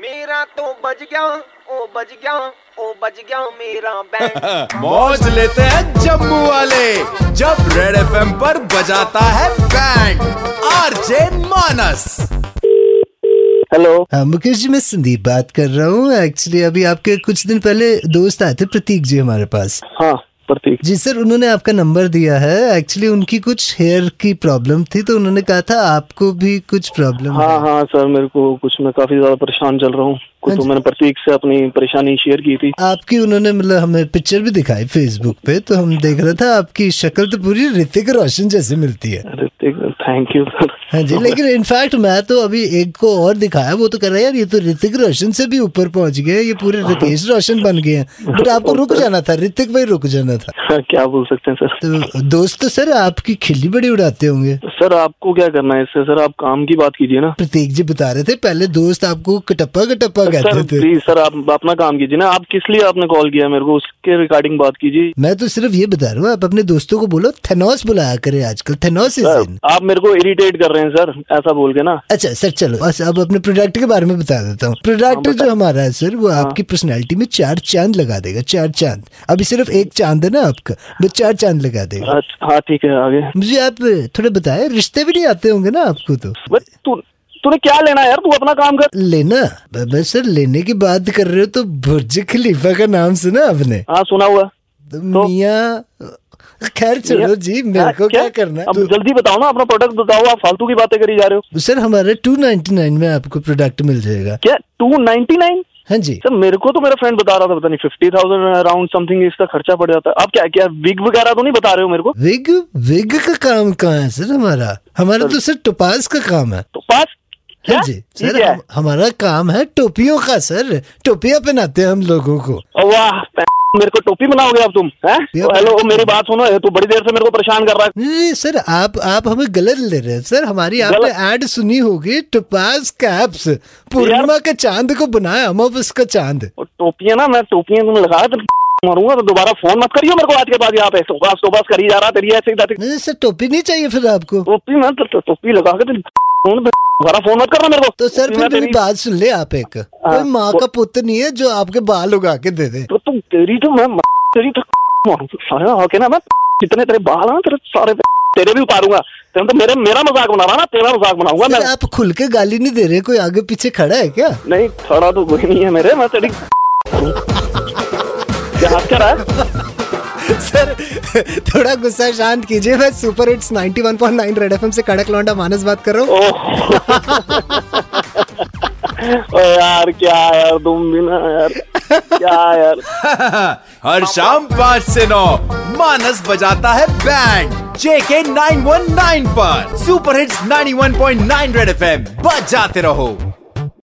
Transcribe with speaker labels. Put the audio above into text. Speaker 1: मेरा तो बज गया ओ बज गया ओ बज गया मेरा बैंड
Speaker 2: मौज लेते हैं जम्मू वाले जब रेड एफएम पर बजाता है बैंड आरजे मानस
Speaker 3: हेलो
Speaker 4: हाँ, मुकेश जी मैं संदीप बात कर रहा हूँ एक्चुअली अभी आपके कुछ दिन पहले दोस्त आए थे प्रतीक जी हमारे पास
Speaker 3: हाँ प्रतीक
Speaker 4: जी सर उन्होंने आपका नंबर दिया है एक्चुअली उनकी कुछ हेयर की प्रॉब्लम थी तो उन्होंने कहा था आपको भी कुछ प्रॉब्लम
Speaker 3: हाँ हाँ सर मेरे को कुछ मैं काफी ज्यादा परेशान चल रहा हूँ
Speaker 4: हाँ
Speaker 3: कुछ तो मैंने प्रतीक से अपनी परेशानी शेयर की थी
Speaker 4: आपकी उन्होंने मतलब हमें पिक्चर भी दिखाई फेसबुक पे तो हम देख रहा था आपकी शक्ल तो पूरी ऋतिक रोशन जैसे मिलती है
Speaker 3: ऋतिक थैंक यू सर
Speaker 4: हाँ जी लेकिन इनफैक्ट मैं तो अभी एक को और दिखाया वो तो कर रहा है यार ये तो ऋतिक रोशन से भी ऊपर पहुंच गए ये पूरे रितेश रोशन बन गए हैं बट आपको रुक जाना था ऋतिक भाई रुक जाना था
Speaker 3: हाँ, क्या बोल सकते हैं सर
Speaker 4: तो दोस्त तो सर आपकी खिल्ली बड़ी उड़ाते होंगे
Speaker 3: सर आपको क्या करना है इससे सर आप काम की बात कीजिए ना
Speaker 4: प्रतीक जी बता रहे थे पहले दोस्त आपको कटप्पा कटप्पा
Speaker 3: सर
Speaker 4: कहते थे
Speaker 3: अच्छा, प्लीज सर आप अपना काम कीजिए ना आप किस लिए आपने कॉल किया मेरे को उसके रिगार्डिंग बात कीजिए
Speaker 4: मैं तो सिर्फ ये बता रहा हूँ आप अपने दोस्तों को बोलो थेनोस बुलाया करे आजकल थेनोस इज
Speaker 3: सर
Speaker 4: इन
Speaker 3: आप मेरे को इरिटेट कर रहे हैं सर ऐसा बोल के ना
Speaker 4: अच्छा सर चलो बस अब अपने प्रोडक्ट के बारे में बता देता हूँ
Speaker 3: हाँ,
Speaker 4: प्रोडक्ट जो हमारा है सर वो आपकी पर्सनैलिटी में चार चांद लगा देगा चार चांद अभी सिर्फ एक चांद है ना आपका वो चार चांद लगा देगा
Speaker 3: अच्छा हाँ ठीक है आगे
Speaker 4: मुझे आप थोड़े बताए रिश्ते भी नहीं आते होंगे ना आपको तो
Speaker 3: बस तू तूने क्या लेना है यार तू अपना काम कर
Speaker 4: लेना बस सर लेने की बात कर रहे हो तो बुर्ज खलीफा का नाम सुना आपने
Speaker 3: हाँ सुना हुआ है।
Speaker 4: तो मियाँ खैर चलो जी मेरे को क्या करना
Speaker 3: अब जल्दी बताओ ना अपना प्रोडक्ट बताओ आप फालतू की बातें करी जा रहे हो
Speaker 4: तो- सर हमारे 299 में आपको प्रोडक्ट मिल जाएगा
Speaker 3: क्या टू नाइन्टी नाइन
Speaker 4: हाँ जी
Speaker 3: सर मेरे को तो मेरा फ्रेंड बता रहा था पता नहीं फिफ्टी थाउजेंड अराउंड समथिंग इसका खर्चा पड़ जाता है आप क्या क्या विग वगैरह तो नहीं बता रहे हो मेरे को
Speaker 4: विग विग का काम कहाँ है सर हमारा हमारा तो सर टोपाज का काम है
Speaker 3: तो पास क्या
Speaker 4: हाँ जी
Speaker 3: ये
Speaker 4: सर
Speaker 3: क्या
Speaker 4: हम, हमारा काम है टोपियों का सर टोपिया पहनाते हैं हम लोगों को
Speaker 3: है वाह प- मेरे को टोपी बनाओगे अब तुम हैं
Speaker 4: ये-
Speaker 3: हेलो मेरी बात सुनो ये तू बड़ी देर से मेरे को परेशान कर रहा है
Speaker 4: नहीं, नहीं सर आप आप हमें गलत ले रहे हैं सर हमारी आपने एड सुनी होगी टोपाज कैप्स पूर्णिमा के चांद को बनाया हम अब उसका चांद
Speaker 3: और टोपियां ना मैं टोपियां तुम्हें लगा तो मारूंगा तो दोबारा फोन मत करियो मेरे को आज के बाद यहाँ पे तो सुबास सुबास करी जा रहा तेरी ऐसे ही जाती-
Speaker 4: नहीं नहीं, सर टोपी नहीं चाहिए फिर आपको
Speaker 3: टोपी ना तो तो- टोपी लगा के तुम फोन पे- दोबारा फोन मत करना मेरे को
Speaker 4: तो सर
Speaker 3: टोपी हाँ,
Speaker 4: फिर
Speaker 3: मैं
Speaker 4: मेरी
Speaker 3: तेरी-
Speaker 4: बात सुन ले आप एक कोई माँ का पुत्र नहीं है जो आपके बाल उगा के दे दे
Speaker 3: तो तुम तेरी तो मैं म- तेरी तो मारूं। सारे आके ना मैं जितने तेरे बाल हैं ना, तेरे सारे पे- तेरे भी उतारूंगा तेरे तो मेरे मेरा मजाक बना रहा ना तेरा मजाक बनाऊंगा मैं
Speaker 4: सर आप खुल के गाली नहीं दे रहे कोई आगे पीछे खड़ा है क्या
Speaker 3: नहीं खड़ा तो कोई नहीं है मेरे मैं तेरी क्या हाथ क्या रहा है
Speaker 4: सर थोड़ा गुस्सा शांत कीजिए मैं सुपर हिट्स 91.9 रेड एफएम से कड़क लौंडा मानस बात कर रहा हूँ
Speaker 3: ओह ओ यार क्या यार तुम भी ना यार क्या यार
Speaker 2: हर शाम पाँच से नौ मानस बजाता है बैंड जेके 919 पर सुपर हिट्स 91.9 रेड एफएम बजाते रहो